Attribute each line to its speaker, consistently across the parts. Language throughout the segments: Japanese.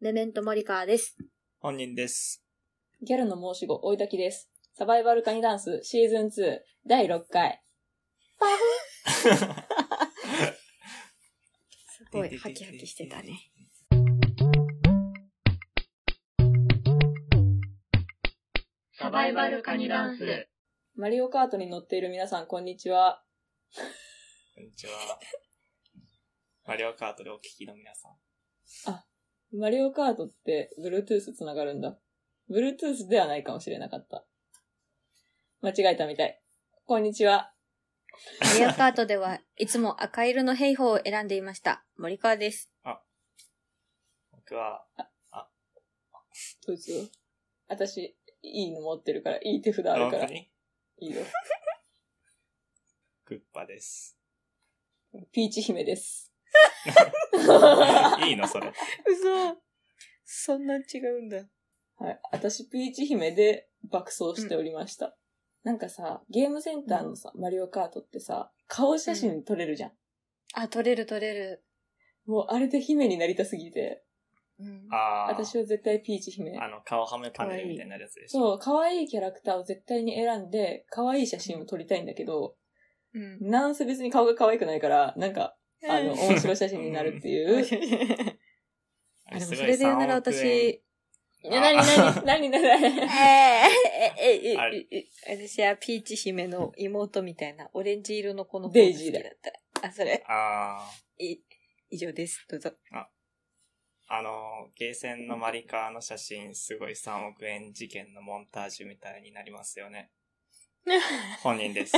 Speaker 1: メメントモリカーです。
Speaker 2: 本人です。
Speaker 3: ギャルの申し子、追い焚きです。サバイバルカニダンスシーズン2第6回。
Speaker 1: すごい、ハキハキしてたね。。
Speaker 2: サ
Speaker 1: バイバルカニダンス
Speaker 2: こ
Speaker 3: マリオカートに乗っている皆さん、こんにちは。
Speaker 2: んに ちは。マリオカートでお聞きの皆さん。
Speaker 3: マリオカートって Bluetooth つながるんだ。Bluetooth ではないかもしれなかった。間違えたみたい。こんにちは。
Speaker 1: マリオカートではいつも赤色のヘイホーを選んでいました。モリカーです。
Speaker 2: 僕は、
Speaker 3: どうぞ。私、いいの持ってるから、いい手札あ
Speaker 2: あ
Speaker 3: る
Speaker 2: 本
Speaker 3: か
Speaker 2: 当
Speaker 3: ら、い
Speaker 2: に
Speaker 3: いよ。
Speaker 2: クッパ です。
Speaker 3: ピーチ姫です。
Speaker 2: いいのそれ。
Speaker 1: 嘘そんな違うんだ。
Speaker 3: はい。私、ピーチ姫で爆走しておりました。なんかさ、ゲームセンターのさ、マリオカートってさ、顔写真撮れるじゃん。
Speaker 1: あ、取れる取れる。
Speaker 3: もうあれで姫になりたすぎて、
Speaker 1: うん。
Speaker 2: あー
Speaker 3: 私は絶対ピーチ姫。
Speaker 2: あの、顔はめパネルみたいなやつでしょ。
Speaker 3: そう、可愛いキャラクターを絶対に選んで、可愛い写真を撮りたいんだけど、
Speaker 1: うん。
Speaker 3: なんせ別に顔が可愛くないから、なんか、あの、面白い写真になるっていう。 い
Speaker 1: あ、でも
Speaker 2: す
Speaker 1: そ
Speaker 2: ごい
Speaker 1: れで言うなら
Speaker 2: 3億円
Speaker 1: 私、
Speaker 3: や、なになになにな
Speaker 1: えー、
Speaker 3: に
Speaker 1: ええ
Speaker 2: あ
Speaker 1: ええ私はピーチ姫の妹みたいなオレンジ色の子の子
Speaker 3: デイジーだ
Speaker 1: 好きった。あ、それ、
Speaker 2: あ
Speaker 1: い、以上です。どうぞ。
Speaker 2: ーあの、ゲーセンのマリカーの写真、すごい3億円事件のモンタージュみたいになります よね。本人です。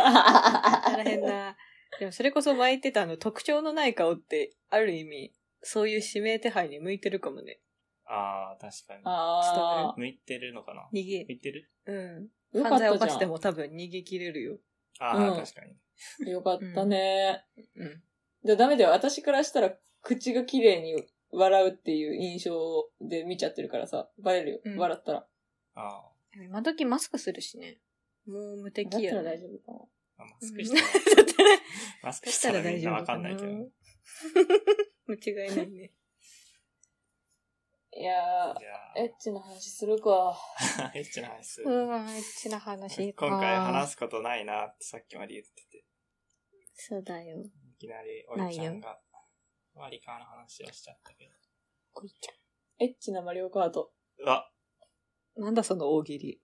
Speaker 1: 大変 な。でもそれこそ前言ってたあの特徴のない顔って、ある意味、そういう指名手配に向いてるかもね。
Speaker 2: ああ、確かに。
Speaker 3: あ
Speaker 2: 向いてるのかな
Speaker 1: 逃げ、
Speaker 2: 向いてる
Speaker 1: うん。
Speaker 3: ー、よか
Speaker 1: 犯罪を
Speaker 3: った
Speaker 1: 犯
Speaker 3: じゃ
Speaker 1: しても多分逃げ切れるよ。
Speaker 2: ああ、
Speaker 3: うん
Speaker 2: 確かに。
Speaker 3: ん。よかったね。
Speaker 1: うん。
Speaker 3: でダメだよ。私からしたら、口が綺麗に笑うっていう印象で見ちゃってるからさ、バレるよ。
Speaker 1: うん
Speaker 3: 笑ったら。
Speaker 2: あ
Speaker 1: 今時マスクするしね。もう無
Speaker 3: だ
Speaker 1: 敵
Speaker 3: った
Speaker 1: や
Speaker 3: ら
Speaker 1: な。
Speaker 3: 大丈夫かな。
Speaker 2: あ、マスクしたら、
Speaker 1: だったら
Speaker 2: マスク
Speaker 1: そし
Speaker 2: したた
Speaker 1: ら
Speaker 2: らみ
Speaker 1: 大
Speaker 2: ん
Speaker 1: 丈
Speaker 2: な
Speaker 1: 夫
Speaker 2: わ
Speaker 1: か
Speaker 2: か
Speaker 1: なん
Speaker 2: ないけど。
Speaker 1: 間違いないね。
Speaker 3: いや
Speaker 2: じ
Speaker 3: ー、エッチな話するか。
Speaker 2: ゃ あ、エッチな話する
Speaker 1: うわエッチな話か。
Speaker 2: 今回話すことないなってさっきまで言ってて、
Speaker 1: そうだよ。
Speaker 2: いきなりおいちゃんが、マリカーの話をしちゃったけど。
Speaker 1: おいち
Speaker 3: エッチなマリオカート。
Speaker 2: うわ、
Speaker 1: ゃん。なんだその大喜 利。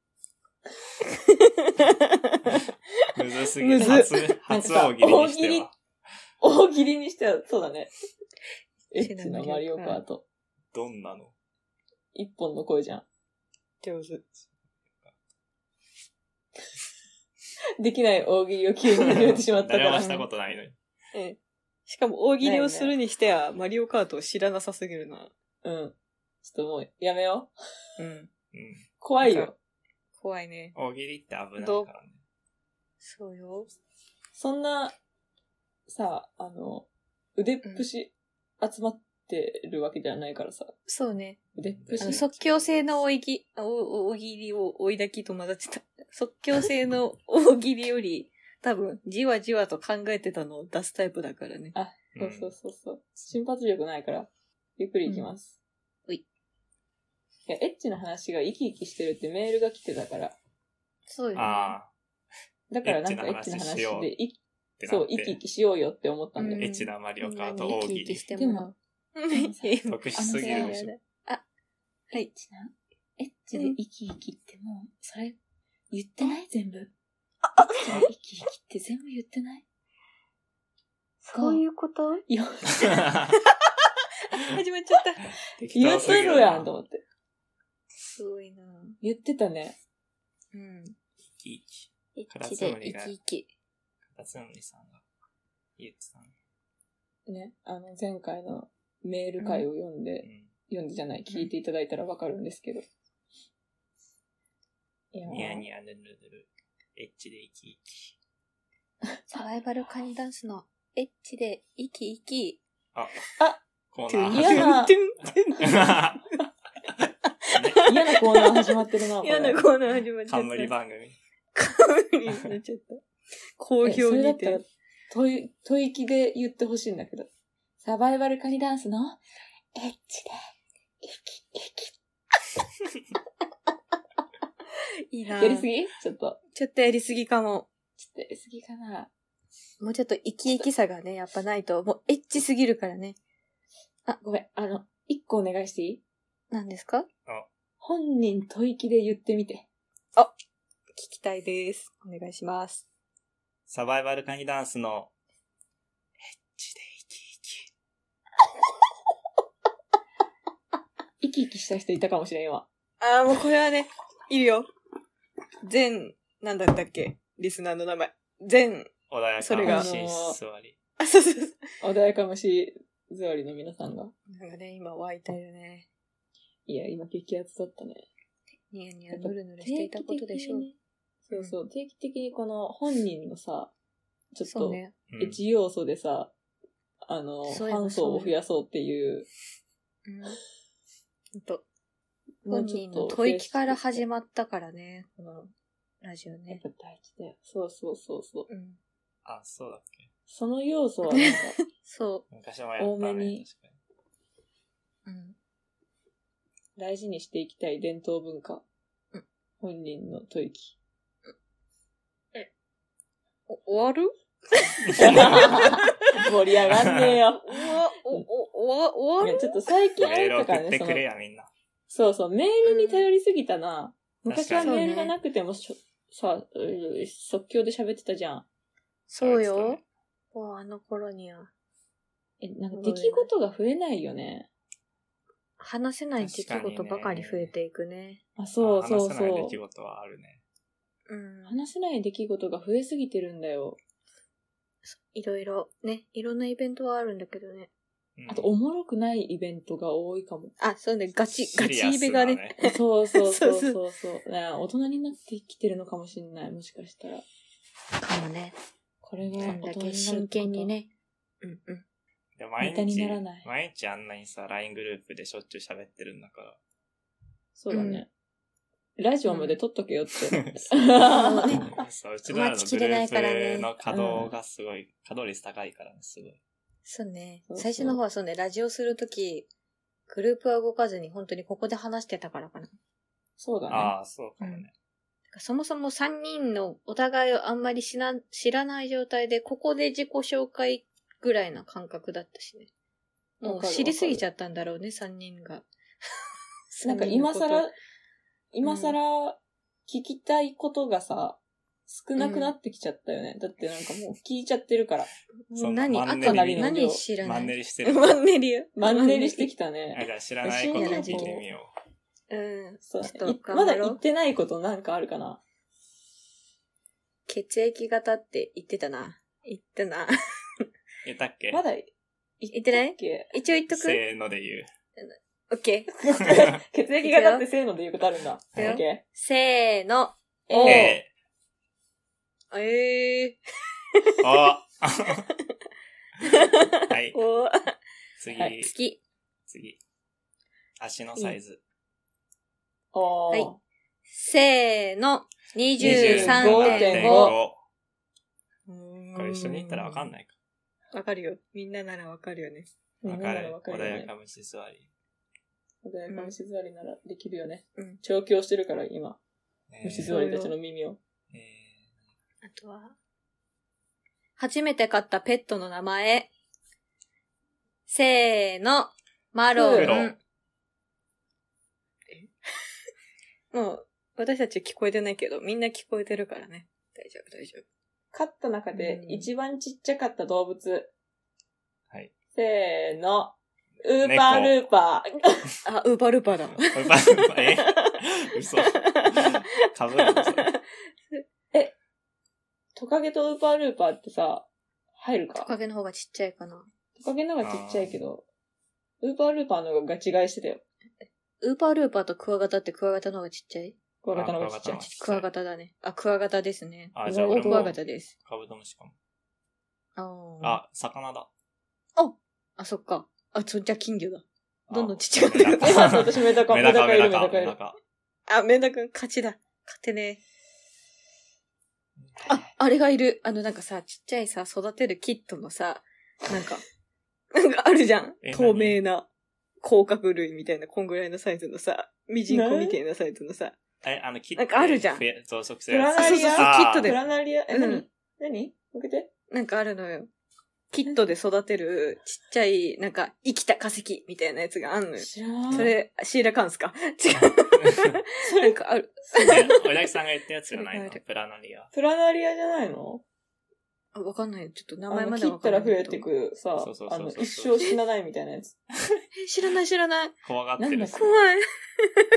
Speaker 2: むずすぎる。
Speaker 1: むず
Speaker 2: 初、初大喜利にして
Speaker 3: なん
Speaker 2: は
Speaker 3: か。大喜利にしては、そう だね。エ
Speaker 1: ッ
Speaker 3: ッ
Speaker 1: チ
Speaker 3: チ
Speaker 1: な
Speaker 3: な
Speaker 1: マ
Speaker 3: マ
Speaker 1: リ
Speaker 3: リ
Speaker 1: オ
Speaker 3: オ
Speaker 1: カ
Speaker 3: カ
Speaker 1: ート
Speaker 3: ート。
Speaker 2: どんなの
Speaker 3: 一本の声じゃん。
Speaker 1: 上手。
Speaker 3: できない大喜利を急に始めてしまったか
Speaker 2: 誰も
Speaker 3: ら
Speaker 2: し。たことないのに。
Speaker 1: しかも大喜利を
Speaker 3: ないね
Speaker 1: するにしては、マリオカートを知らなさすぎるな。
Speaker 3: うん。ちょっともう、やめよう。
Speaker 1: うん。
Speaker 2: うん。
Speaker 3: 怖い
Speaker 1: なん
Speaker 3: よ。
Speaker 1: 怖いね。
Speaker 2: 大喜利って危ないからね。
Speaker 1: そうよ。
Speaker 3: そんな、さ、あの、腕っぷし集まってるわけじゃないからさ。
Speaker 1: そうね。
Speaker 3: 腕っぷ
Speaker 1: あ
Speaker 3: し
Speaker 1: の。即興性の大喜利、お大喜利を追い抱きと混ざってた。即興性の 大喜利より、多分、じわじわと考えてたのを出すタイプだからね。
Speaker 3: そうそうそうそう。瞬発力ないから、ゆっくりいきます。
Speaker 1: うんうい
Speaker 3: いや、エッチな話が生き生きしてるってメールが来てたから。
Speaker 1: そう
Speaker 2: うん
Speaker 1: よ、
Speaker 2: ああ、
Speaker 3: だからなんか
Speaker 2: エ
Speaker 3: エ
Speaker 2: ッ
Speaker 3: ッ
Speaker 2: チ
Speaker 3: チ
Speaker 2: な
Speaker 3: な
Speaker 2: 話
Speaker 3: 話
Speaker 2: しよう
Speaker 3: で、い
Speaker 2: ってな
Speaker 3: そう
Speaker 2: っ、
Speaker 3: 生き生
Speaker 2: て。
Speaker 3: きしようよって思ったんだよ
Speaker 1: うん
Speaker 3: ね。
Speaker 2: エッチなマリ
Speaker 1: み
Speaker 2: オ
Speaker 1: ん
Speaker 2: カ
Speaker 1: な
Speaker 2: ー
Speaker 1: に
Speaker 2: ト大
Speaker 1: 生
Speaker 2: 喜
Speaker 1: き生き
Speaker 2: 利
Speaker 1: し。て
Speaker 3: で
Speaker 1: も
Speaker 3: も
Speaker 1: らう。うんええ
Speaker 2: 得しすぎるでしょ。
Speaker 1: あ、はい。
Speaker 3: チなエッチで生き生きってもう、それ、言ってない全部。生き生きって全部言ってないそういう
Speaker 1: こと
Speaker 3: よ、
Speaker 1: 始まっちゃった。
Speaker 2: 適
Speaker 3: 言
Speaker 2: 当
Speaker 3: っ
Speaker 2: すぎ
Speaker 3: て
Speaker 2: る
Speaker 3: るやん
Speaker 2: 生
Speaker 3: と思って。
Speaker 1: すごいな
Speaker 3: 言ってたね。
Speaker 1: うん。
Speaker 2: き生き。
Speaker 1: エ
Speaker 2: カ
Speaker 1: ッ
Speaker 2: ラ
Speaker 1: チ
Speaker 2: ス
Speaker 1: で
Speaker 2: の
Speaker 1: 生き
Speaker 2: りが
Speaker 1: 生き。
Speaker 2: カタツムリさんが言ってたね。
Speaker 3: ね、あの、前回のメール会を読んで、読んでじゃない、聞いていただいたらわかるんですけど。いや
Speaker 2: うん
Speaker 3: ー
Speaker 2: ニヤニヤぬるぬる。エッチで生き生き。
Speaker 1: サバイバルカニダンスのエッチで生き生き。
Speaker 2: コー
Speaker 1: トゥ
Speaker 2: ナ
Speaker 1: ン
Speaker 2: ー
Speaker 3: 嫌
Speaker 2: 始ま
Speaker 3: な
Speaker 1: トゥントゥン
Speaker 2: る。
Speaker 3: 嫌なコーナー始まってるな、これ。
Speaker 1: 嫌なコーナー始まっちゃった。
Speaker 2: 冠番組。
Speaker 1: 冠になっちゃった。好
Speaker 3: え
Speaker 1: 評
Speaker 3: それだ
Speaker 1: に
Speaker 3: ったら
Speaker 1: て。
Speaker 3: 吐い、吐息で言ってほしいんだけど。サバイバルカニダンスのエッチで
Speaker 1: いいな
Speaker 3: やりすぎちょっと。
Speaker 1: ちょっとやりすぎかも。
Speaker 3: ちょっとやりすぎかな。
Speaker 1: もうちょっと生き生きさがね、やっぱないと、もうエッチすぎるからね。
Speaker 3: あ、ごめん。あの、一個お願いしていい
Speaker 1: 何ですか
Speaker 3: 本人吐息で言ってみて。
Speaker 1: 聞きたいです。お願いします。
Speaker 2: サバイバルカニダンスの、エッチで生き生き。
Speaker 3: 生き生きした人いたかもしれんわ。
Speaker 1: ああ、もうこれはね、いるよ。全、なんだったっけリスナーの名前。全、
Speaker 2: 穏や
Speaker 1: それ
Speaker 2: か
Speaker 1: が
Speaker 2: な紳士座り。
Speaker 1: あ、そうそうそう。
Speaker 3: 穏やかましい座りの皆さんが。
Speaker 1: なんかね、今湧いたよね。
Speaker 3: いや、今激アツだったね。
Speaker 1: ニヤニ
Speaker 3: や
Speaker 1: ヤ
Speaker 3: っぱ
Speaker 1: ぬるぬるしていたことでしょう。
Speaker 3: 定期的にねそうそう、定期的にこの本人のさ、ちょっ
Speaker 1: そう
Speaker 3: と、
Speaker 1: ね。
Speaker 2: うん
Speaker 3: エッジ要素でさ、あの、フ
Speaker 1: そういえば
Speaker 3: ァン層を増やそうっていう、
Speaker 1: うん。ほんと。
Speaker 3: も
Speaker 1: 本
Speaker 3: うちょ
Speaker 1: 人
Speaker 3: っ
Speaker 1: の
Speaker 3: と
Speaker 1: 吐息から始
Speaker 3: ま
Speaker 1: まったからね、このラジオね。
Speaker 3: やっぱ大事だよ。そうそうそうそう。
Speaker 1: うん。
Speaker 2: あ、そうだっけ
Speaker 3: その要素はなんか、
Speaker 1: そ
Speaker 2: 昔もやったね。
Speaker 3: 多めに
Speaker 2: 確か
Speaker 1: う。うん。
Speaker 3: 大事にしていきたい伝統文化。
Speaker 1: うん
Speaker 3: 本人の吐息。
Speaker 1: お終わる
Speaker 3: 盛り上がんねえよ。
Speaker 1: おわ、お、お、おわ、
Speaker 3: い
Speaker 1: 終
Speaker 3: や
Speaker 1: わ
Speaker 3: ちょっと最近あ
Speaker 2: に。メー
Speaker 3: れ
Speaker 2: ル
Speaker 3: と
Speaker 2: 送
Speaker 3: から
Speaker 2: っ
Speaker 3: ね、
Speaker 2: て
Speaker 3: そ
Speaker 2: く
Speaker 3: の
Speaker 2: れ、や、みんな。
Speaker 3: そうそう、メールに頼りすぎたな。
Speaker 2: うん
Speaker 3: 昔は
Speaker 2: 確か
Speaker 1: に
Speaker 3: メールがなくてもしょ、さ、うん即興で喋ってたじゃん。
Speaker 1: そう
Speaker 2: あれ
Speaker 1: よ
Speaker 2: で。
Speaker 1: もうあの頃には、
Speaker 3: え、なんか出来事が増えないよね。
Speaker 1: 話せない出来事ばかり増えていくね。
Speaker 3: あ、
Speaker 2: す
Speaker 3: そう
Speaker 2: ね
Speaker 3: そう
Speaker 2: 話せ
Speaker 3: そ
Speaker 2: ない出
Speaker 3: う
Speaker 2: 来。事はあるね。
Speaker 1: うん。
Speaker 3: 話せない出来事が増えすぎてるんだよ。
Speaker 1: いろいろ、ね、いろんなイベントはあるんだけどね。。
Speaker 2: うん
Speaker 3: あと、おもろくないイベントが多いかも
Speaker 1: あ、そうね、ガチ、ガ
Speaker 2: シリ
Speaker 1: チ
Speaker 2: ア
Speaker 1: イ
Speaker 2: ス
Speaker 1: ベ
Speaker 2: な
Speaker 1: がね。。
Speaker 3: そうそうそう
Speaker 1: そう
Speaker 3: そうそう。ね大人になってきてるのかもしれない、もしかしたら。
Speaker 1: かもね。
Speaker 3: これが
Speaker 1: こ
Speaker 3: 大人
Speaker 1: ん
Speaker 3: に
Speaker 1: だ
Speaker 3: なるってこと
Speaker 1: け真剣に。ね。うんうん。
Speaker 2: で毎
Speaker 3: ネタに
Speaker 2: 日
Speaker 3: ならない、
Speaker 2: 毎日あんなにさ、LINE グループでしょっちゅう喋ってるんだか
Speaker 3: そうだね。ラジオまで撮っとけよって。
Speaker 1: んそうね
Speaker 2: ら。 そう、うちらのグル
Speaker 1: 待ちきれないからね
Speaker 2: ープの稼働がすごい、稼働率高いからね、すごい。
Speaker 1: そうね。
Speaker 3: そうそう
Speaker 1: 最初の方はそうね、ラジオするとき、グループは動かずに本当にここで話してたからかな。
Speaker 3: そうだね。
Speaker 2: ああ、そうかもね。
Speaker 1: そもそも3人のお互いをあんまり知ら知らない状態で、ここで自己紹介ぐらいな感覚だったしね。も
Speaker 3: わ
Speaker 1: う
Speaker 3: かる
Speaker 1: 知りすぎちゃったんだろうね、3人が。
Speaker 3: なんか今更、今更聞きたいことがさ、少なくなってきちゃったよね。だってなんかもう聞いちゃってるから。
Speaker 1: もう何、
Speaker 2: そんな
Speaker 1: あ
Speaker 2: マンネ
Speaker 1: と
Speaker 2: リ
Speaker 1: 何
Speaker 3: の
Speaker 1: 何知らな
Speaker 2: マ
Speaker 1: い。
Speaker 2: ンネリして る。
Speaker 1: マンネリよ。
Speaker 3: マンネリしてきた
Speaker 2: あ
Speaker 3: ね。
Speaker 2: じゃあ知らないことを聞いてみよ
Speaker 1: うん。
Speaker 3: そうだ
Speaker 1: ちょっ
Speaker 3: ね。
Speaker 1: と
Speaker 3: ま
Speaker 1: 頑張
Speaker 3: だ
Speaker 1: ろう
Speaker 3: 言ってないことなんかあるかな。
Speaker 1: 血液型って言ってたな。言った な。
Speaker 2: う。言ったっけ
Speaker 3: まだ言
Speaker 1: 言ってない
Speaker 3: っけ
Speaker 1: 一応言っとく
Speaker 2: せーので言う。
Speaker 1: オッケー。
Speaker 3: 血液型ってせーので言うことあるんだ。
Speaker 1: いくよ
Speaker 3: OK え
Speaker 1: せーの。
Speaker 3: ー
Speaker 1: おう
Speaker 2: え
Speaker 1: ええ
Speaker 2: ー、おはい、
Speaker 1: おー
Speaker 2: 次、
Speaker 3: はい
Speaker 1: 好き。
Speaker 2: 次。足のサイズ。
Speaker 3: おー
Speaker 1: はいせーの。23.5。
Speaker 2: 25.5。
Speaker 3: 25.5
Speaker 2: こ
Speaker 1: こ
Speaker 2: れ一緒に行ったらわかん
Speaker 1: い。
Speaker 2: ないか。
Speaker 1: わかるよ。みんなならわかるよね。
Speaker 2: わかる
Speaker 3: わ。か
Speaker 2: 穏
Speaker 3: るよ
Speaker 2: や
Speaker 3: ね
Speaker 2: か。虫座り。
Speaker 3: 穏やか虫座りならできるよね。
Speaker 1: うん
Speaker 3: 調教してるから今、
Speaker 2: えー
Speaker 3: 虫座りたちの耳を。
Speaker 2: え
Speaker 1: あとは、初めて買ったペットの名前。せーの。マロ
Speaker 3: プロ
Speaker 1: ン。 もう、私たち聞こえてないけど、みんな聞こえてるからね。大丈夫、大丈夫。
Speaker 3: 飼った中で一番ちっちゃかった動物。
Speaker 2: ーはい。
Speaker 3: せーの。ウーパールーパー。
Speaker 1: あ、ウーバルバだ。
Speaker 2: え嘘。かぶるのそれ
Speaker 3: トカゲとウーパールーパーってさ、入る
Speaker 1: ト
Speaker 3: か
Speaker 1: カゲの方がちっちゃいかな。
Speaker 3: トカゲの方がちっちゃいけど、ウーパールーパーの方がガチ買いしてたよ。
Speaker 1: ウーパールーパーとクワガタってクワガタの方がちっちゃい
Speaker 3: クワガタの方がちっちゃい
Speaker 2: あ。
Speaker 1: クワガタだね。あ、クワガタですね。
Speaker 2: あ
Speaker 1: ウ
Speaker 2: じゃあ俺
Speaker 1: ォク
Speaker 2: も
Speaker 1: ワガタです。
Speaker 2: カブトムシかも。
Speaker 1: あー、
Speaker 2: あ、魚だ。
Speaker 1: あそっか。あ、そ、じゃあ金魚だ。
Speaker 2: あ
Speaker 1: どんどんちっちゃくな
Speaker 2: メ
Speaker 1: る
Speaker 3: え、待って 私メダカ、メダ
Speaker 2: ダカ、
Speaker 3: カ
Speaker 2: メ
Speaker 3: いる、
Speaker 2: ダ
Speaker 3: メ
Speaker 2: カ、
Speaker 3: ダカ
Speaker 2: メ
Speaker 3: いる
Speaker 2: ダ。カ。
Speaker 1: あ、メンダ君、勝ちだ。勝てねえ。あ、あれがいる。あの、なんかさ、ちっちゃいさ、育てるキットのさ、なんか、なんかあるじゃん
Speaker 2: え。
Speaker 1: 透明な、甲殻類みたいな、こんぐらいのサイズのさ、ミジンコみたいなサイズのさ、
Speaker 2: え、あの、キッ
Speaker 1: なんかあるじゃん
Speaker 2: 増え増殖す
Speaker 3: プ
Speaker 2: るや
Speaker 3: ラ
Speaker 2: つ。
Speaker 3: ナ
Speaker 1: そう
Speaker 3: リ
Speaker 1: そうそう
Speaker 3: ア。
Speaker 1: キットで
Speaker 3: プラナリア、え、
Speaker 1: う
Speaker 3: 何
Speaker 1: ん
Speaker 3: 何向けて
Speaker 1: なんかあるのよ。キットで育てるちっちゃい、なんか生きた化石みたいなやつがあんのよ。
Speaker 3: 知らん。
Speaker 1: そ、れ、シーラカンスか違う。なんかある。
Speaker 2: おだきさんが言ったやつじゃ ないの
Speaker 1: それがある
Speaker 2: プラナリア。
Speaker 3: プラナリアじゃないの
Speaker 1: あわかんない。ちょっと名
Speaker 3: あ
Speaker 1: 前
Speaker 3: の
Speaker 1: ま
Speaker 3: 切
Speaker 1: だわ
Speaker 3: っ
Speaker 1: か
Speaker 3: た
Speaker 1: んな
Speaker 3: ら
Speaker 1: いけ
Speaker 3: 増
Speaker 1: ど。
Speaker 3: えてくるさ
Speaker 2: そうそう、
Speaker 3: あ
Speaker 2: そう
Speaker 3: の、
Speaker 2: そう
Speaker 3: 一生死なないみたいな やつ。
Speaker 1: え知らない知らない。
Speaker 2: 怖がってる。
Speaker 3: なんだ
Speaker 1: 怖い。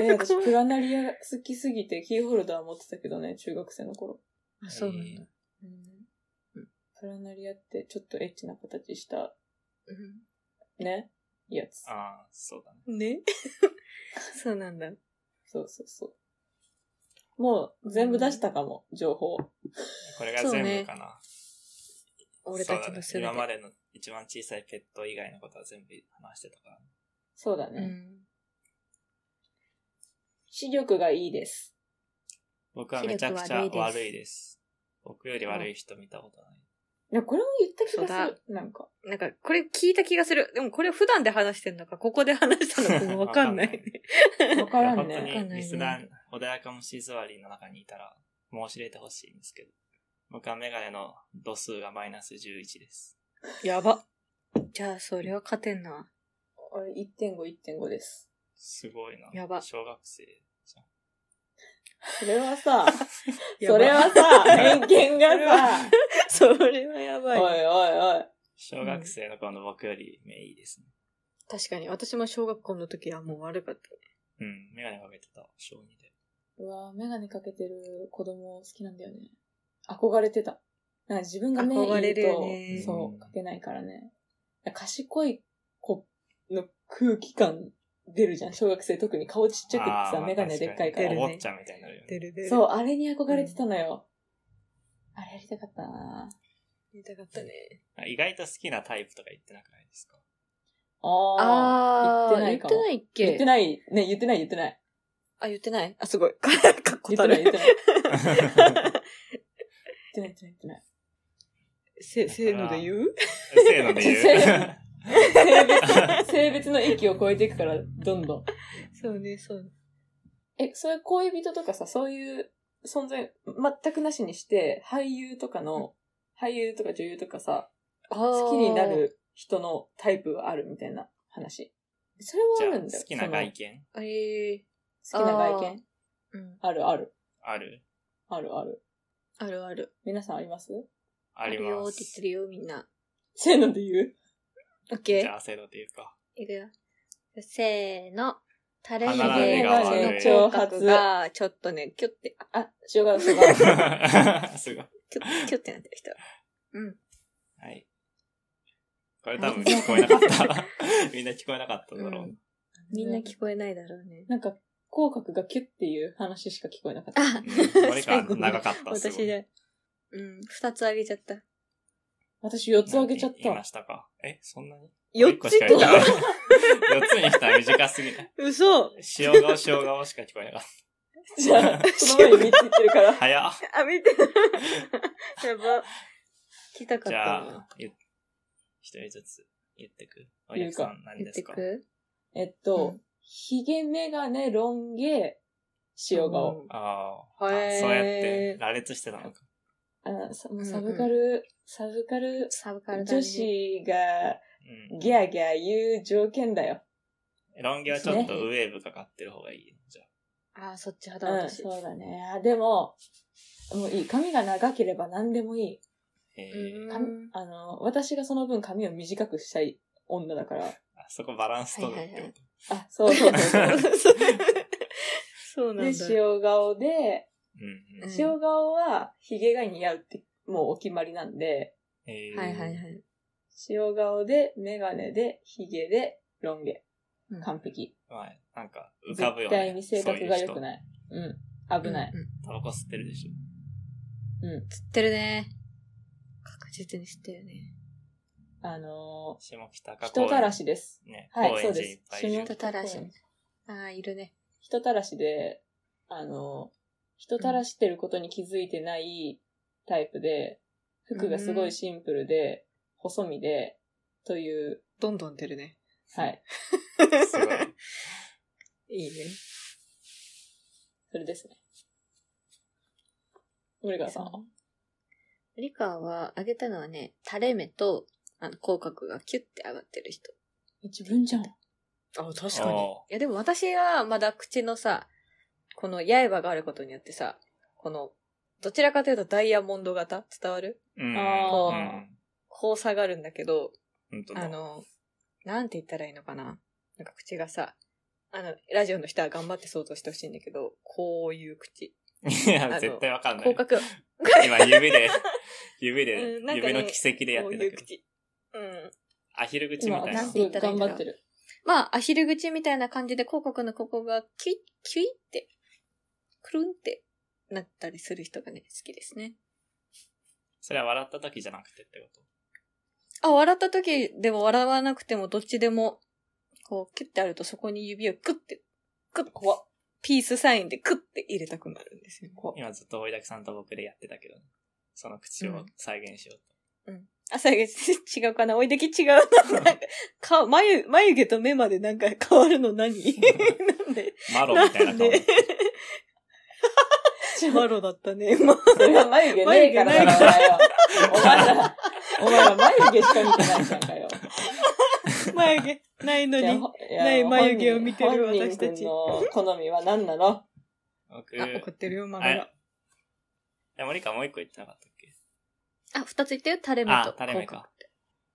Speaker 3: え、私、プラナリア好きすぎてキーホルダー持ってたけどね、中学生の頃。
Speaker 1: あ、そうなんだ。
Speaker 3: プラナリアってちょっとエッチな形した、
Speaker 1: うん
Speaker 3: ね、やつ。
Speaker 2: ああ、そうだね。
Speaker 1: ね そうなんだ。
Speaker 3: そうそうそう。もう、全部出したかも、情報。
Speaker 2: これが全部かな。
Speaker 1: 俺たちの
Speaker 2: そ
Speaker 1: せ
Speaker 2: う
Speaker 1: い
Speaker 2: だ
Speaker 1: で。
Speaker 2: ね今までの一番小さいペット以外のことは全部話してたから。
Speaker 3: そうだ
Speaker 1: う
Speaker 3: ね。
Speaker 1: ん。
Speaker 3: 視力がいいです。
Speaker 2: 僕はめちゃくちゃ
Speaker 1: 視力悪いです
Speaker 2: 悪いです。僕より悪い人見たことない。
Speaker 3: いや、これも言った気がする。なんか。
Speaker 1: なんか、これ聞いた気がする。でもこれ普段で話してんのか、ここで話したのかもわかんないね。
Speaker 3: わから
Speaker 2: い
Speaker 3: ん
Speaker 2: や
Speaker 1: わか
Speaker 3: ね。
Speaker 1: んない
Speaker 2: 本当に、
Speaker 1: ね
Speaker 2: リスナー、穏やか虫座りの中にいたら、申し入れてほしいんですけど。僕はメガネの度数がマイナス11です。
Speaker 1: やば。じゃあ、それは勝てんな。
Speaker 3: 俺、1.5、1.5です。
Speaker 2: すごいな。
Speaker 1: やば
Speaker 2: 小学生じゃん。
Speaker 3: それはさ、
Speaker 1: やば
Speaker 3: それはさ、偏見がさ、
Speaker 1: それはや
Speaker 3: お
Speaker 1: ば
Speaker 3: い
Speaker 1: い。
Speaker 3: おいおい。
Speaker 2: 小学生の頃の僕より目いいですね。
Speaker 1: 確かに、私も小学校の時はもう悪かった。
Speaker 2: うん、メガネかけてた、小2で。
Speaker 3: うわぁ、メガネかけてる子供好きなんだよね。憧れてた。なんか自分が目いいと
Speaker 1: 憧れるよね
Speaker 3: そう、かけないからね。賢い子の空気感出るじゃん。小学生特に顔ちっちゃくて
Speaker 2: あー
Speaker 3: さ、メガネでっかいか
Speaker 1: 出
Speaker 3: ら
Speaker 1: る。
Speaker 2: お
Speaker 1: ね
Speaker 2: 坊ちゃんみたいになるよね。
Speaker 1: 出る出る。。
Speaker 3: そうう、あれに憧れてたのよ。あれやりたかったなぁ。
Speaker 1: 言いたかったね。
Speaker 2: 意外と好きなタイプとか言ってなくないですか
Speaker 3: あー
Speaker 1: 言っ
Speaker 3: 言ってて
Speaker 1: な
Speaker 3: ない
Speaker 1: っけ
Speaker 3: 言ってない、ね、言ってない言ってない。
Speaker 1: あ、言ってないあ、すごい。かかっこ
Speaker 3: 言って
Speaker 1: た
Speaker 3: ない言っ
Speaker 1: る。
Speaker 3: てない。言ってない言ってない言ってない。
Speaker 1: せ、せーので言う
Speaker 2: せーので 言う。
Speaker 3: 性別、性別の域を超えていくから、どんどん。
Speaker 1: そうね、そうね。
Speaker 3: え、そういう恋人とかさ、そういう存在全くなしにして、俳優とかの、俳優とか女優とかさ、好きにな。る人のタイプがあるみたいな話。それ
Speaker 2: じゃ
Speaker 3: はあるんだ
Speaker 2: あ、
Speaker 3: よ。
Speaker 2: 好きな外見
Speaker 1: ええ
Speaker 3: その好きな外見
Speaker 1: うん。
Speaker 3: あるある。
Speaker 2: ある
Speaker 3: あるある。
Speaker 1: あるある。
Speaker 3: 皆さんあります
Speaker 2: あり
Speaker 1: るよ
Speaker 2: ま
Speaker 1: って言って
Speaker 2: す。
Speaker 1: るよ、みんな。
Speaker 3: せーので言う
Speaker 1: オッケ
Speaker 2: じ
Speaker 1: ー
Speaker 2: ゃあ、せーので言うか。
Speaker 1: いくよ。せーの。垂れ
Speaker 2: 歯並
Speaker 1: ひ
Speaker 2: び
Speaker 1: げ
Speaker 2: が
Speaker 1: の
Speaker 2: 悪い
Speaker 1: 聴覚が、ちょっとね、キュッて、
Speaker 3: あ、しょうがない、しょうが ない。
Speaker 2: すごい。
Speaker 1: キュッ、キュッてなってる人。うん。
Speaker 2: はい。これ多分聞こえなかった。みんな聞こえなかっただろう。
Speaker 1: みんな聞こえないだろうね。
Speaker 3: なんか、口角がキュッていう話しか聞こえなかった。
Speaker 1: あ
Speaker 2: うんこれか
Speaker 1: 最後に
Speaker 2: 長かったすごい
Speaker 1: 私で。うん。二つあげちゃった。
Speaker 3: 私4つあげちゃっ
Speaker 2: 言いま
Speaker 3: た。
Speaker 2: したかえ、そんなに
Speaker 1: 四つ
Speaker 2: とか4つにしたら短すぎない。
Speaker 1: 嘘
Speaker 2: 塩顔、塩顔しか聞こえなかった。
Speaker 3: じゃ あ、その前に3つ言ってるから。
Speaker 2: 早っ。
Speaker 1: あ、見て。やば。聞きたかった
Speaker 2: じゃ
Speaker 1: な
Speaker 2: あ。、ゆ一人ずつ言ってく。お
Speaker 3: 言
Speaker 2: や
Speaker 3: う
Speaker 2: さ
Speaker 3: か
Speaker 2: ん何
Speaker 1: 言っ
Speaker 2: で
Speaker 1: て
Speaker 2: すか
Speaker 1: く
Speaker 3: えっ
Speaker 1: う
Speaker 3: と
Speaker 1: ん、
Speaker 3: ヒゲメガネ、ロン毛、塩顔。。
Speaker 2: あーあ、
Speaker 1: へー
Speaker 2: そうやって羅列してたのか。
Speaker 3: あさもううんサブカル、サブカル
Speaker 1: サブカルだね
Speaker 3: 女子が
Speaker 2: うん。
Speaker 3: ギャーギャー言う条件だよ。
Speaker 2: ロン毛はちょっとウェーブかかってる方がいい。じゃ
Speaker 1: あー、そっち
Speaker 3: う
Speaker 1: 肌
Speaker 3: ん、
Speaker 1: 私。
Speaker 3: そうだね。あでも、もういい。髪が長ければ何でもいい。
Speaker 2: あ。へ
Speaker 1: う
Speaker 2: ー
Speaker 1: ん
Speaker 3: 髪あの、私がその分髪を短くしたい女だから。
Speaker 2: あそこバランス取るってこと。
Speaker 1: はいはいはい
Speaker 3: あ、そうそ うそうそう。
Speaker 1: そうな
Speaker 3: で
Speaker 1: ん、だ。
Speaker 3: 塩顔で、
Speaker 2: うん
Speaker 1: うん
Speaker 3: 塩顔はヒゲが似合うって、もうお決まりなんで、
Speaker 2: うん。。
Speaker 1: はいはいはいい。
Speaker 3: 塩顔で、メガネで、ヒゲで、ロン毛。
Speaker 1: うん
Speaker 3: 完璧。
Speaker 2: まあ、なんか浮かぶ
Speaker 3: 絶
Speaker 2: よね。
Speaker 3: 対に性格が良く
Speaker 2: い。
Speaker 3: ない。うん。危ない。
Speaker 1: うん。うん
Speaker 2: タバコ吸ってるでしょ。
Speaker 1: 知ってるね。確実に知ってるね。
Speaker 3: あの
Speaker 2: 下北
Speaker 3: ー、
Speaker 2: か
Speaker 3: 人たら。しです。
Speaker 2: ね、
Speaker 3: はい
Speaker 2: 高円寺いっぱいい
Speaker 3: そう
Speaker 2: る
Speaker 3: で
Speaker 1: 人
Speaker 3: す
Speaker 1: たらし。ああ、いるね。
Speaker 3: 人たらしで、あのー、人たらしてることに気づいてないタイプで、服がすごいシンプルで、細身で、という、
Speaker 1: どんどん出るね。
Speaker 3: はい。
Speaker 2: すごい。
Speaker 1: いいね。
Speaker 3: それですね。森川さんは
Speaker 1: リカは、あげたのはね、垂れ目と、あの、口角がキュッて上がってる人。
Speaker 3: 自分じゃん。
Speaker 1: あ、確
Speaker 2: あー。
Speaker 1: いや、でも私は、まだ口のさ、この刃があることによってさ、この、どちらかというとダイヤモンド型伝わる
Speaker 2: うん。
Speaker 3: あ
Speaker 1: ー
Speaker 2: うん
Speaker 1: こう下がるんだけど、
Speaker 2: 本当だ。
Speaker 1: あの、なんて言ったらいいのかな。なんか口がさ、あの、ラジオの人は頑張って想像してほしいんだけど、こういう口。
Speaker 2: いや、絶対わかんな
Speaker 1: 口。
Speaker 2: い
Speaker 1: 角、
Speaker 2: 今、指 で、指で、
Speaker 1: うんなんかね
Speaker 2: 指の奇跡でやっ
Speaker 1: こ
Speaker 2: て
Speaker 1: う
Speaker 2: た
Speaker 1: い
Speaker 2: け
Speaker 1: う
Speaker 2: ど、
Speaker 1: 口。うん。
Speaker 2: アヒル口み
Speaker 3: 今
Speaker 2: たい
Speaker 1: な
Speaker 2: なん
Speaker 3: す
Speaker 1: て
Speaker 3: ご
Speaker 1: 言っ
Speaker 3: い
Speaker 1: たらいい
Speaker 3: 頑
Speaker 1: んだ
Speaker 3: 張
Speaker 1: ろう
Speaker 3: ってる。
Speaker 1: まあ、アヒル口みたいな感じで、口角のここがキュイッ、キュイって、くるんってなったりする人がね、好きですね。
Speaker 2: それは笑った時じゃなくてってこと
Speaker 1: あ、笑った時でも笑わなくてもどっちでも、こう、キュッてあるとそこに指をクッて、クッて、
Speaker 3: 怖っ。
Speaker 1: ピースサインでクッて入れたくなるんですよ。
Speaker 3: 怖っ。
Speaker 2: 今ずっと追いだきさんと僕でやってたけど、その口を再現しようと。
Speaker 1: あ、最後、違うかなおいでき違うな。なんか、か、眉、眉毛と目までなんか変わるの 何なんで
Speaker 2: マロみたいな
Speaker 1: なん
Speaker 2: 顔。
Speaker 1: でマロだった ね、今。
Speaker 3: それは眉毛ねえからだろ、お前は。お前ら、お前ら眉毛しか見てないじゃんかよ。
Speaker 1: 眉毛、ないの
Speaker 3: いや
Speaker 1: に。
Speaker 3: ほい
Speaker 1: な
Speaker 3: や
Speaker 1: い眉毛を見てる私たち
Speaker 3: 本人君の好みは何なの
Speaker 2: 僕、
Speaker 1: あ、怒ってるよ、マロが。
Speaker 2: え、森川もう一個言ってなかったっけ
Speaker 1: あ、二つ言ったよ、垂れ目と
Speaker 2: あ
Speaker 1: 口、
Speaker 2: 垂れ目
Speaker 1: 角
Speaker 2: か。。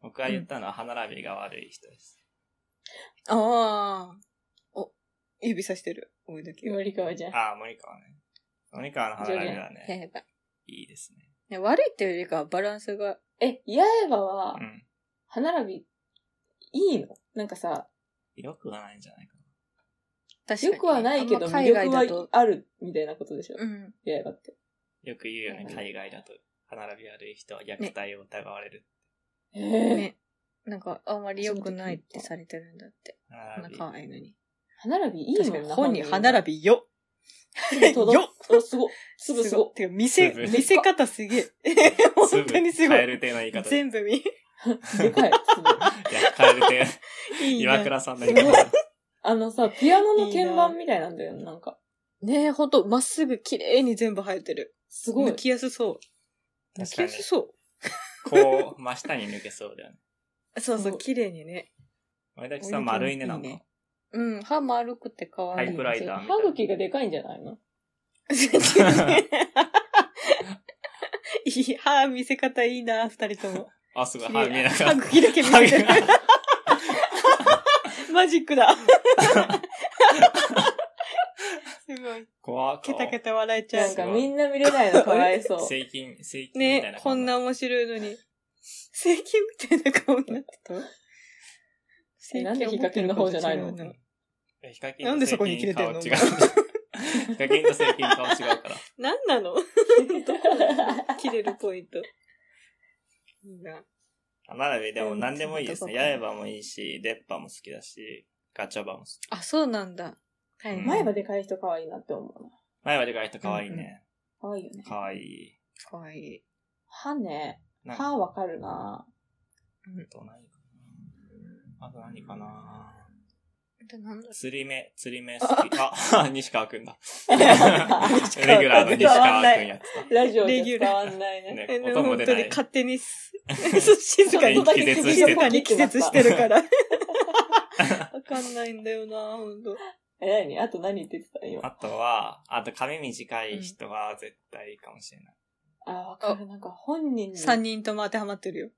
Speaker 2: 僕は言ったのは歯並びが悪い人です。
Speaker 1: ああ。お、指さしてる。思いだけ。や
Speaker 3: 森川じゃん。
Speaker 2: ああ、森川ね。森川の歯並びはね、
Speaker 1: ばい
Speaker 2: いいですね。
Speaker 1: ね。悪いっていうよりかはバランスが。
Speaker 3: え、八重歯は
Speaker 2: う、ん。
Speaker 3: 歯並び、いいのなんかさ、
Speaker 2: よくはないんじゃないかな。
Speaker 1: 確かに
Speaker 3: よくはないけど、
Speaker 1: あんま海
Speaker 3: 魅
Speaker 1: 外
Speaker 3: 力
Speaker 1: だと
Speaker 3: は。あるみたいなことでしょ
Speaker 1: うん。
Speaker 3: 八重歯って。
Speaker 2: よく言うよね、
Speaker 3: うん
Speaker 2: 海外だと。歯並び悪い人は虐待を疑われる。
Speaker 3: えー
Speaker 1: ね。なんか、あんまり良くないってされてるんだって。
Speaker 2: 歯
Speaker 1: こんな
Speaker 2: 並び
Speaker 1: 可愛いのに。
Speaker 3: 歯並びいい
Speaker 1: 確か
Speaker 3: もん
Speaker 1: に
Speaker 3: な。
Speaker 1: 本人歯並びよ
Speaker 3: び。よ
Speaker 1: よ
Speaker 3: っすごい。すぐす
Speaker 1: すご
Speaker 3: ご
Speaker 1: い。てか、見せ、
Speaker 2: すごい
Speaker 1: 見せ方すげえ。本当にすご
Speaker 2: カエル
Speaker 1: い。
Speaker 2: 亭の言い方で。
Speaker 1: 全部見。
Speaker 3: い。でかい。す ごい
Speaker 2: いや、カエル亭、
Speaker 1: いい
Speaker 2: 岩
Speaker 1: ね。
Speaker 2: 倉さんの言い方。
Speaker 3: あのさ、ピアノの鍵盤みたいなんだよね、なんか。
Speaker 1: ねえ、ほんと、まっすぐ綺麗に全部生えてる。
Speaker 3: すごい
Speaker 1: 抜。きやすそう。抜
Speaker 2: 確
Speaker 1: き
Speaker 2: か
Speaker 1: や
Speaker 2: に。
Speaker 1: すそう。
Speaker 2: こう、真下に抜けそうだよね。
Speaker 1: そう
Speaker 3: す
Speaker 1: そう、
Speaker 3: ごい
Speaker 1: 綺麗にね。
Speaker 2: 前田さん丸いね、なん
Speaker 1: いい
Speaker 2: か
Speaker 1: ね。うん、歯丸くて可愛い。
Speaker 2: タイプライターみたい
Speaker 3: 歯茎がでかいんじゃないの
Speaker 1: いい、歯見せ方いいな、二人とも。
Speaker 2: あ、すごい、 歯見えなか
Speaker 1: 歯
Speaker 2: っ
Speaker 1: 茎だけ見
Speaker 2: た。
Speaker 1: せて。マジック だ。すごい。
Speaker 2: 怖
Speaker 1: ケタケ
Speaker 2: タ。
Speaker 1: タ笑えちゃ
Speaker 3: な。
Speaker 1: うん
Speaker 3: かみんな見 れないのかわいそう。
Speaker 2: 聖金、聖金みた
Speaker 1: ね
Speaker 2: いな。、
Speaker 1: こんな面白いのに。正規みたいな顔になってた。
Speaker 3: えなんでヒカキンの方じゃないの
Speaker 2: ヒカキン
Speaker 1: なんでそこに切れてんの
Speaker 2: 違う。ヒカキンと聖金顔違うから。
Speaker 1: なんなのどこ切れるポイント。いいな。
Speaker 2: 歯並びでも何でもいいですね。
Speaker 1: うん
Speaker 2: 刃もいいし、出っ歯も好きだし、ガチャバも好き。
Speaker 1: あ、そうなんだ。はい。
Speaker 2: うん
Speaker 3: 前歯でかい人かわいいなって思うな。
Speaker 2: 前歯でかい人可愛いね。
Speaker 3: かわいいよね。
Speaker 2: 可愛い。
Speaker 1: かわいい。
Speaker 3: 歯ね。
Speaker 2: なんか
Speaker 3: 歯わか るな
Speaker 2: あと何かなあ
Speaker 1: で
Speaker 2: と何かな
Speaker 1: なんだ
Speaker 2: 釣り目、釣り目好き。あ、 西川くんだ。
Speaker 1: 西川
Speaker 2: レギュラーの西川くんやって
Speaker 3: ラジオで伝わんない
Speaker 2: た。ね
Speaker 3: ね。
Speaker 1: え、、でも
Speaker 2: 音も
Speaker 1: 本
Speaker 2: 出
Speaker 1: 当
Speaker 2: な
Speaker 1: に
Speaker 2: い。
Speaker 1: 勝手にす、そう静か
Speaker 2: ちょ
Speaker 1: に
Speaker 2: っと、だけ気
Speaker 1: 静かに
Speaker 3: 気
Speaker 1: 気
Speaker 3: 絶
Speaker 1: 絶
Speaker 3: し
Speaker 1: してて
Speaker 3: る
Speaker 1: るから。わかんないんだよな、ほんと。
Speaker 3: え、なにあと何って言って
Speaker 2: あ
Speaker 3: た今。
Speaker 2: とは、あと髪短い人は絶対いいかもしれない。
Speaker 3: あ、わかる。なんか本人の
Speaker 1: 三人とも当てはまってるよ。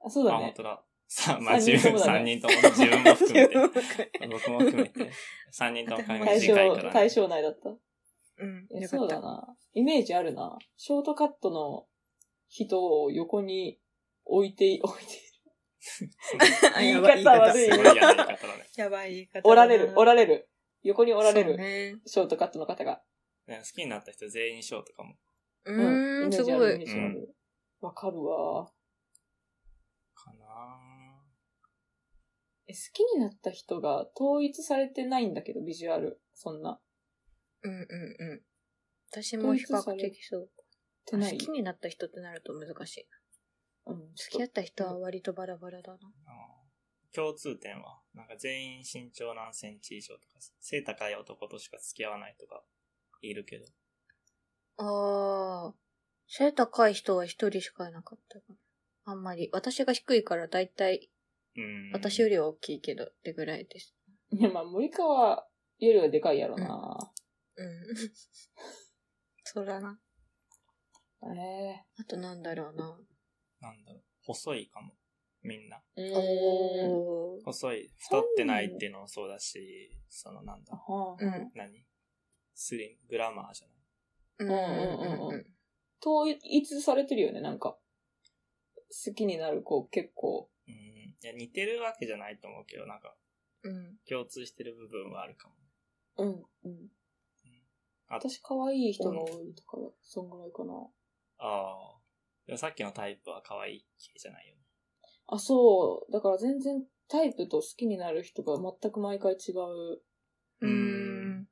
Speaker 3: あ、そう
Speaker 2: あ、
Speaker 3: だ
Speaker 2: 本
Speaker 3: ね。
Speaker 2: 当だ。さまあ自
Speaker 3: 三人とも
Speaker 2: 分、
Speaker 3: だ
Speaker 2: 三
Speaker 3: ね
Speaker 2: 人とも、自分も含 めて、
Speaker 1: う
Speaker 2: 僕も含め て、三人とも髪
Speaker 3: 対
Speaker 2: 短
Speaker 3: 象
Speaker 2: いから、、
Speaker 3: 対象内だった。
Speaker 1: ん、
Speaker 3: え
Speaker 1: よか
Speaker 3: そ
Speaker 1: っ
Speaker 3: うだ
Speaker 1: た。
Speaker 3: な。イメージあるな。ショートカットの人を横に置いて、置 いて、
Speaker 1: あ
Speaker 3: 言い
Speaker 1: や
Speaker 3: 方
Speaker 1: ばい言い方
Speaker 3: 悪
Speaker 2: すごい嫌な言い方だね。
Speaker 1: やばい言い方だな。
Speaker 3: おられる、おられる。横におられ
Speaker 1: そう
Speaker 3: る、
Speaker 1: ね。
Speaker 3: ショートカットの方が。
Speaker 2: ね好きになった人全員ショーとかも。
Speaker 1: うーん、すご
Speaker 3: イメー
Speaker 1: い。
Speaker 3: ジあるイメージあるわかるわ。
Speaker 2: かな
Speaker 3: え、好きになった人が統一されてないんだけど、ビジュアル。そんな。っ
Speaker 1: うんうんうん。私も比較的そう。
Speaker 3: てな
Speaker 1: 好
Speaker 3: い。
Speaker 1: きになった人ってなると難しい。
Speaker 3: うん、
Speaker 1: 付き合った人は割とバラバラだな。
Speaker 2: あー共通点は、なんか全員身長何センチ以上とか、背高い男としか付き合わないとか、いるけど。
Speaker 1: ああ。背高い人は一人しかいなかったかな。あんまり。私が低いからだいたい
Speaker 2: うん。
Speaker 1: 私よりは大きいけどってぐらいです。
Speaker 3: いや、まあ、森川よりはでかいやろな。
Speaker 1: うん。 そうだな。
Speaker 3: え
Speaker 1: あとなんだろうな。
Speaker 2: なんだろう、細いかも。みんな。
Speaker 3: えー。う
Speaker 1: おー。
Speaker 2: 細い。太ってないっていうのもそうだし、そのなんだ、
Speaker 3: ーん。
Speaker 1: うん
Speaker 2: 何スリム、グラマーじゃない。
Speaker 1: うん
Speaker 3: んうんうん
Speaker 1: うん。
Speaker 3: 統一されてるよね、なんか。好きになる子結構。
Speaker 2: うん。いや、似てるわけじゃないと思うけど、なんか、
Speaker 1: うん。
Speaker 2: 共通してる部分はあるかも。
Speaker 3: うん。うん。
Speaker 2: あ
Speaker 3: 私、可愛い人が多いとか、そんぐらいかな。
Speaker 2: ああ。でもさっきのタイプは可愛い系じゃないよね。
Speaker 3: あ、そう。だから全然タイプと好きになる人が全く毎回違う。
Speaker 1: うーん。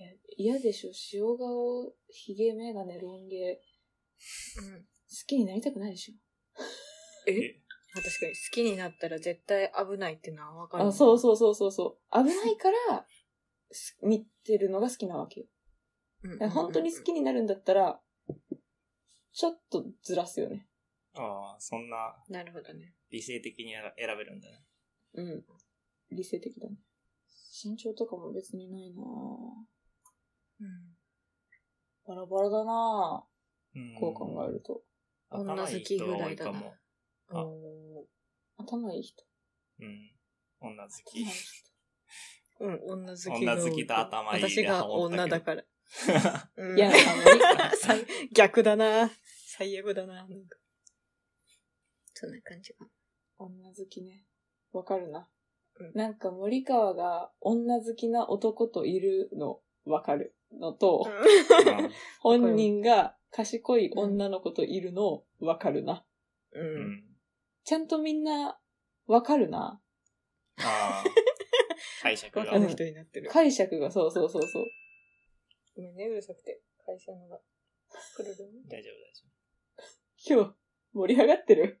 Speaker 3: え嫌でしょ塩顔、ヒゲ、メガネ、ロン毛。
Speaker 1: うん
Speaker 3: 好きになりたくないでしょ
Speaker 1: え確かに好きになったら絶対危ないってのはわかる。
Speaker 3: あ、そうそうそうそうそう。危ないから、 す見てるのが好きなわけよ。
Speaker 1: うんうん
Speaker 3: だから本当に好きになるんだったら、ちょっとずらすよね。
Speaker 2: ああ、そんな
Speaker 1: なるほどね。
Speaker 2: 理性的に選べるんだね。
Speaker 3: うん。理性的だね。身長とかも別にないなぁ
Speaker 1: うん。
Speaker 3: バラバラだな
Speaker 2: うん
Speaker 3: ぁこう考えると。
Speaker 2: 頭いい人多いかも。あ
Speaker 1: お
Speaker 3: 頭いい人。
Speaker 2: うん。女好
Speaker 3: 頭い
Speaker 2: き。
Speaker 3: い人。
Speaker 1: ーうん、女好きが多い。
Speaker 2: 女好きと頭いいで
Speaker 1: 私が女だ から。うん
Speaker 3: いや、あ の、
Speaker 1: 最逆だな。最悪だな。なんかそんな感じが。
Speaker 3: 女好きね。わかるな
Speaker 1: うん。
Speaker 3: なんか森川が女好きな男といるのわかるのと、本人が賢い女の子といるのわかるな。
Speaker 1: う。
Speaker 2: うんん。
Speaker 3: ちゃんとみんなわかるな。
Speaker 2: ああ。解釈
Speaker 1: バ
Speaker 2: が
Speaker 1: カ。な人になってる。
Speaker 3: 解釈がそうそうそうそう。
Speaker 1: ごめんね、うるさくて。会社のが。くるるん
Speaker 2: 大丈
Speaker 3: 今日盛り上がってる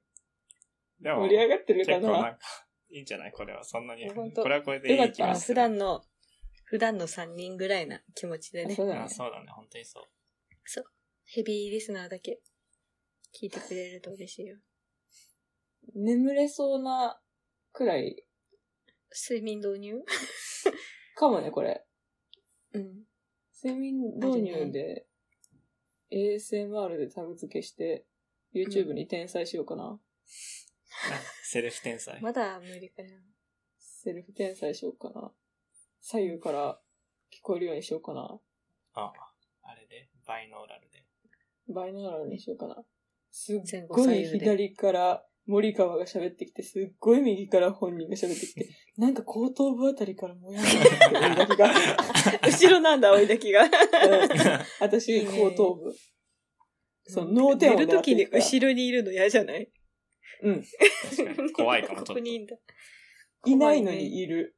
Speaker 2: 夫、大丈夫。
Speaker 3: 盛り
Speaker 2: で
Speaker 3: 上がってるか
Speaker 2: も、結構な
Speaker 3: なん
Speaker 2: か、いいんじゃないこれは。そんなに。
Speaker 1: 本当
Speaker 2: これはこれで
Speaker 1: よ
Speaker 2: い
Speaker 1: か
Speaker 2: い
Speaker 1: っ
Speaker 2: 気
Speaker 1: た。
Speaker 2: がす
Speaker 1: 普
Speaker 2: る。
Speaker 1: 段の、普段の3人ぐらいな気持ちでね
Speaker 3: そ。うだ
Speaker 2: あ
Speaker 3: ね。
Speaker 2: そうだね。本当にそう。
Speaker 1: ヘビーリスナーだけ聞いてくれると嬉しいよ。
Speaker 3: 眠れそうなくらい
Speaker 1: 睡眠導入
Speaker 3: かもね、これ。
Speaker 1: うん。
Speaker 3: 睡眠導入で ASMR でタグ付けしてで YouTube に転載しようかな。
Speaker 2: セルフ天才。
Speaker 1: まだ無理かな。
Speaker 3: セルフ転載しようかな。左右から聞こえるようにしようかな。
Speaker 2: ああれで、バイノーラルで。
Speaker 3: バイナラルにしようかな。すっ
Speaker 1: 前後
Speaker 3: ご
Speaker 1: 左
Speaker 3: い
Speaker 1: 右で
Speaker 3: 左から森川が喋ってきて、すっごい右から本人が喋って きて、なんか後頭部あたりからもやもやってるだけ が。
Speaker 1: 後ろなんだ、追いだき が。
Speaker 3: うん私、後頭部。そう、脳天を
Speaker 1: 寝る
Speaker 3: 狙
Speaker 1: と
Speaker 3: っ
Speaker 1: き
Speaker 3: て
Speaker 1: に
Speaker 3: るから
Speaker 1: 後ろにいるの嫌じゃない
Speaker 3: うん。
Speaker 2: 確 かに。怖いかも、
Speaker 1: こ
Speaker 2: ちょっ。
Speaker 1: ことにいんだ。
Speaker 3: いないの
Speaker 1: 怖ね。
Speaker 3: にいる。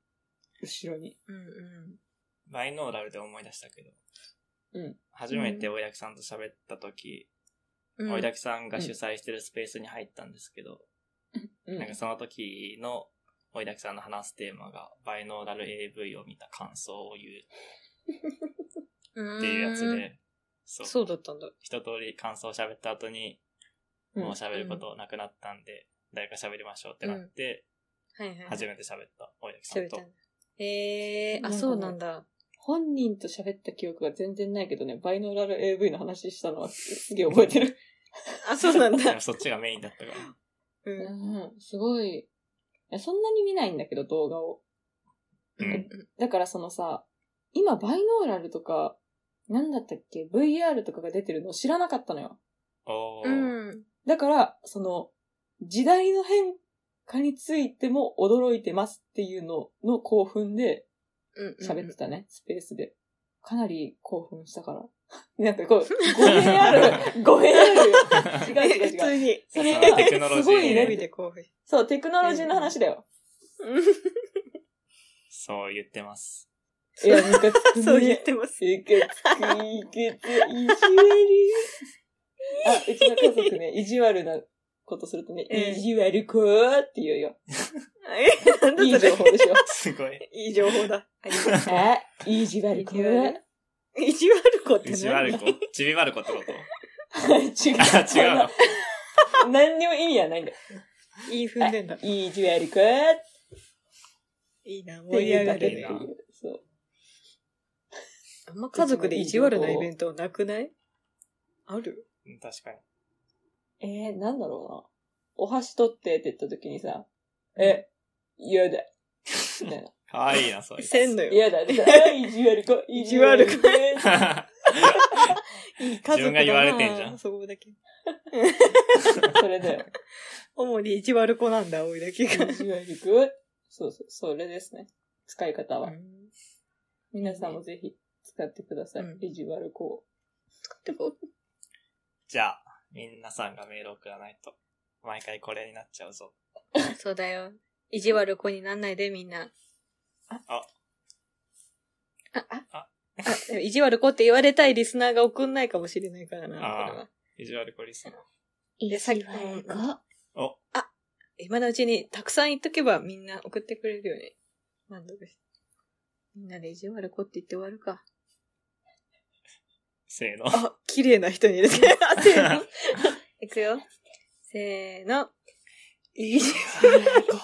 Speaker 3: 後ろに。
Speaker 1: うんうん。
Speaker 2: バイノーラルで思い出したけど。
Speaker 3: うん。
Speaker 2: 初めておやきさんと喋った時、
Speaker 1: うん
Speaker 2: おいだきさんが主催してるスペースに入ったんですけど、
Speaker 3: うん
Speaker 2: なんかその時のおいだきさんの話すテーマが、バイノーラル AV を見た感想を言うっていうやつ
Speaker 1: うーん。
Speaker 2: で、そう
Speaker 1: そうだったんだ。
Speaker 2: 一通り感想を喋った後に、
Speaker 3: うん
Speaker 2: もう喋ることなくなったんで、誰か喋りましょうってなって、
Speaker 1: はいはいはい。
Speaker 2: 初めて喋ったおいだきさ
Speaker 1: 喋
Speaker 2: ん
Speaker 1: っ
Speaker 2: と
Speaker 1: たん。だ。えー、あ、そうなんだ。
Speaker 3: 本人と喋った記憶が全然ないけどね、バイノーラル AV の話したのはすげえ覚えてる。
Speaker 1: あ、そうなん
Speaker 2: でも
Speaker 1: だ。
Speaker 2: そっちがメインだったから。
Speaker 1: う。
Speaker 3: うんん、すごい。いやそんなに見ないんだけど、動画を。
Speaker 2: うん。
Speaker 3: だからそのさ、今バイノーラルとか、なんだったっけ ?VR とかが出てるの知らなかったのよ。
Speaker 2: おー。
Speaker 1: うん。
Speaker 3: だから、その、時代の変化についても驚いてますっていうのの興奮で
Speaker 1: うん。
Speaker 3: 喋ってたね、スペースで。かなり興奮したから。 なんかこう、語弊ある。語弊あるよ。違う違う違う
Speaker 1: 普。通に。
Speaker 3: それ
Speaker 2: そのテクノロジー
Speaker 3: が、すごい
Speaker 1: テレビ
Speaker 3: ね。
Speaker 1: で興奮。
Speaker 3: そう、テクノロジーの話だよ。
Speaker 2: そう言ってます。
Speaker 3: いや、ムカつくね。
Speaker 1: そう言ってます。
Speaker 3: いけつく、いけつ、意地悪い。あ、うちの家族ね、意地悪なことするとね、
Speaker 1: ええ
Speaker 3: 意地悪こーって言うよ。
Speaker 1: えなん
Speaker 3: いい
Speaker 1: だそ
Speaker 3: 情
Speaker 1: れ
Speaker 3: 報でしょ。
Speaker 2: すごい。
Speaker 1: いい情報だ。ありがとう
Speaker 3: あ、意地悪こ
Speaker 1: 意地
Speaker 3: ー
Speaker 1: 悪。 意地悪子って
Speaker 2: 意地悪い子
Speaker 1: 何
Speaker 2: ちびまる子ってこと
Speaker 3: 違う。
Speaker 2: あ、違うの。
Speaker 3: 何にも意味はないんだよ。
Speaker 1: いい踏んでんだ。
Speaker 3: いい意地悪くーっ
Speaker 1: いいな、
Speaker 3: て
Speaker 1: 盛り
Speaker 3: 言
Speaker 1: 上
Speaker 3: う
Speaker 1: が
Speaker 3: だけっ
Speaker 1: る
Speaker 3: てい
Speaker 1: ね
Speaker 2: 盛り上がる。
Speaker 3: う。そう。
Speaker 1: あんま家族で意地悪なイベントはなくないある
Speaker 2: うん確かに。
Speaker 3: えー、なんだろうな。お箸取ってって言った時にさ、え、嫌だ。みたいな。
Speaker 2: かわいいな、そういう。
Speaker 1: せんのよ。
Speaker 3: 嫌だ。みたいなあ意地悪く、意地悪くーっ
Speaker 1: いい家族だな
Speaker 2: 自分が言われてんじゃん
Speaker 1: そうだけ。
Speaker 3: て。それだよ。
Speaker 1: 主に意地悪子なんだ、おいだけ
Speaker 3: 意
Speaker 1: が。
Speaker 3: 地悪く。そうそう、それですね。使い方は。
Speaker 1: うん
Speaker 3: 皆さんもぜひ使ってください。
Speaker 1: うん
Speaker 3: 意地悪くを。
Speaker 1: でも
Speaker 2: じゃあ、みんなさんがメール送らないと、毎回これになっちゃうぞ。
Speaker 1: そうだよ。意地悪子になんないで、みんな。
Speaker 3: あ
Speaker 2: あ
Speaker 1: あ、あ、
Speaker 2: あ
Speaker 1: あ、でも意地悪子って言われたいリスナーが送んないかもしれないからな、これ
Speaker 2: あー
Speaker 1: は。
Speaker 2: 意地悪い子リスナー。
Speaker 1: いやさっきも
Speaker 2: お、
Speaker 1: 今のうちにたくさん言っとけばみんな送ってくれるよね。満足です。みんなで意地悪子って言って終わるか。
Speaker 2: せーの。
Speaker 1: あ、綺麗な人に入れて。あせーの。いくよ。せーの。意地悪子。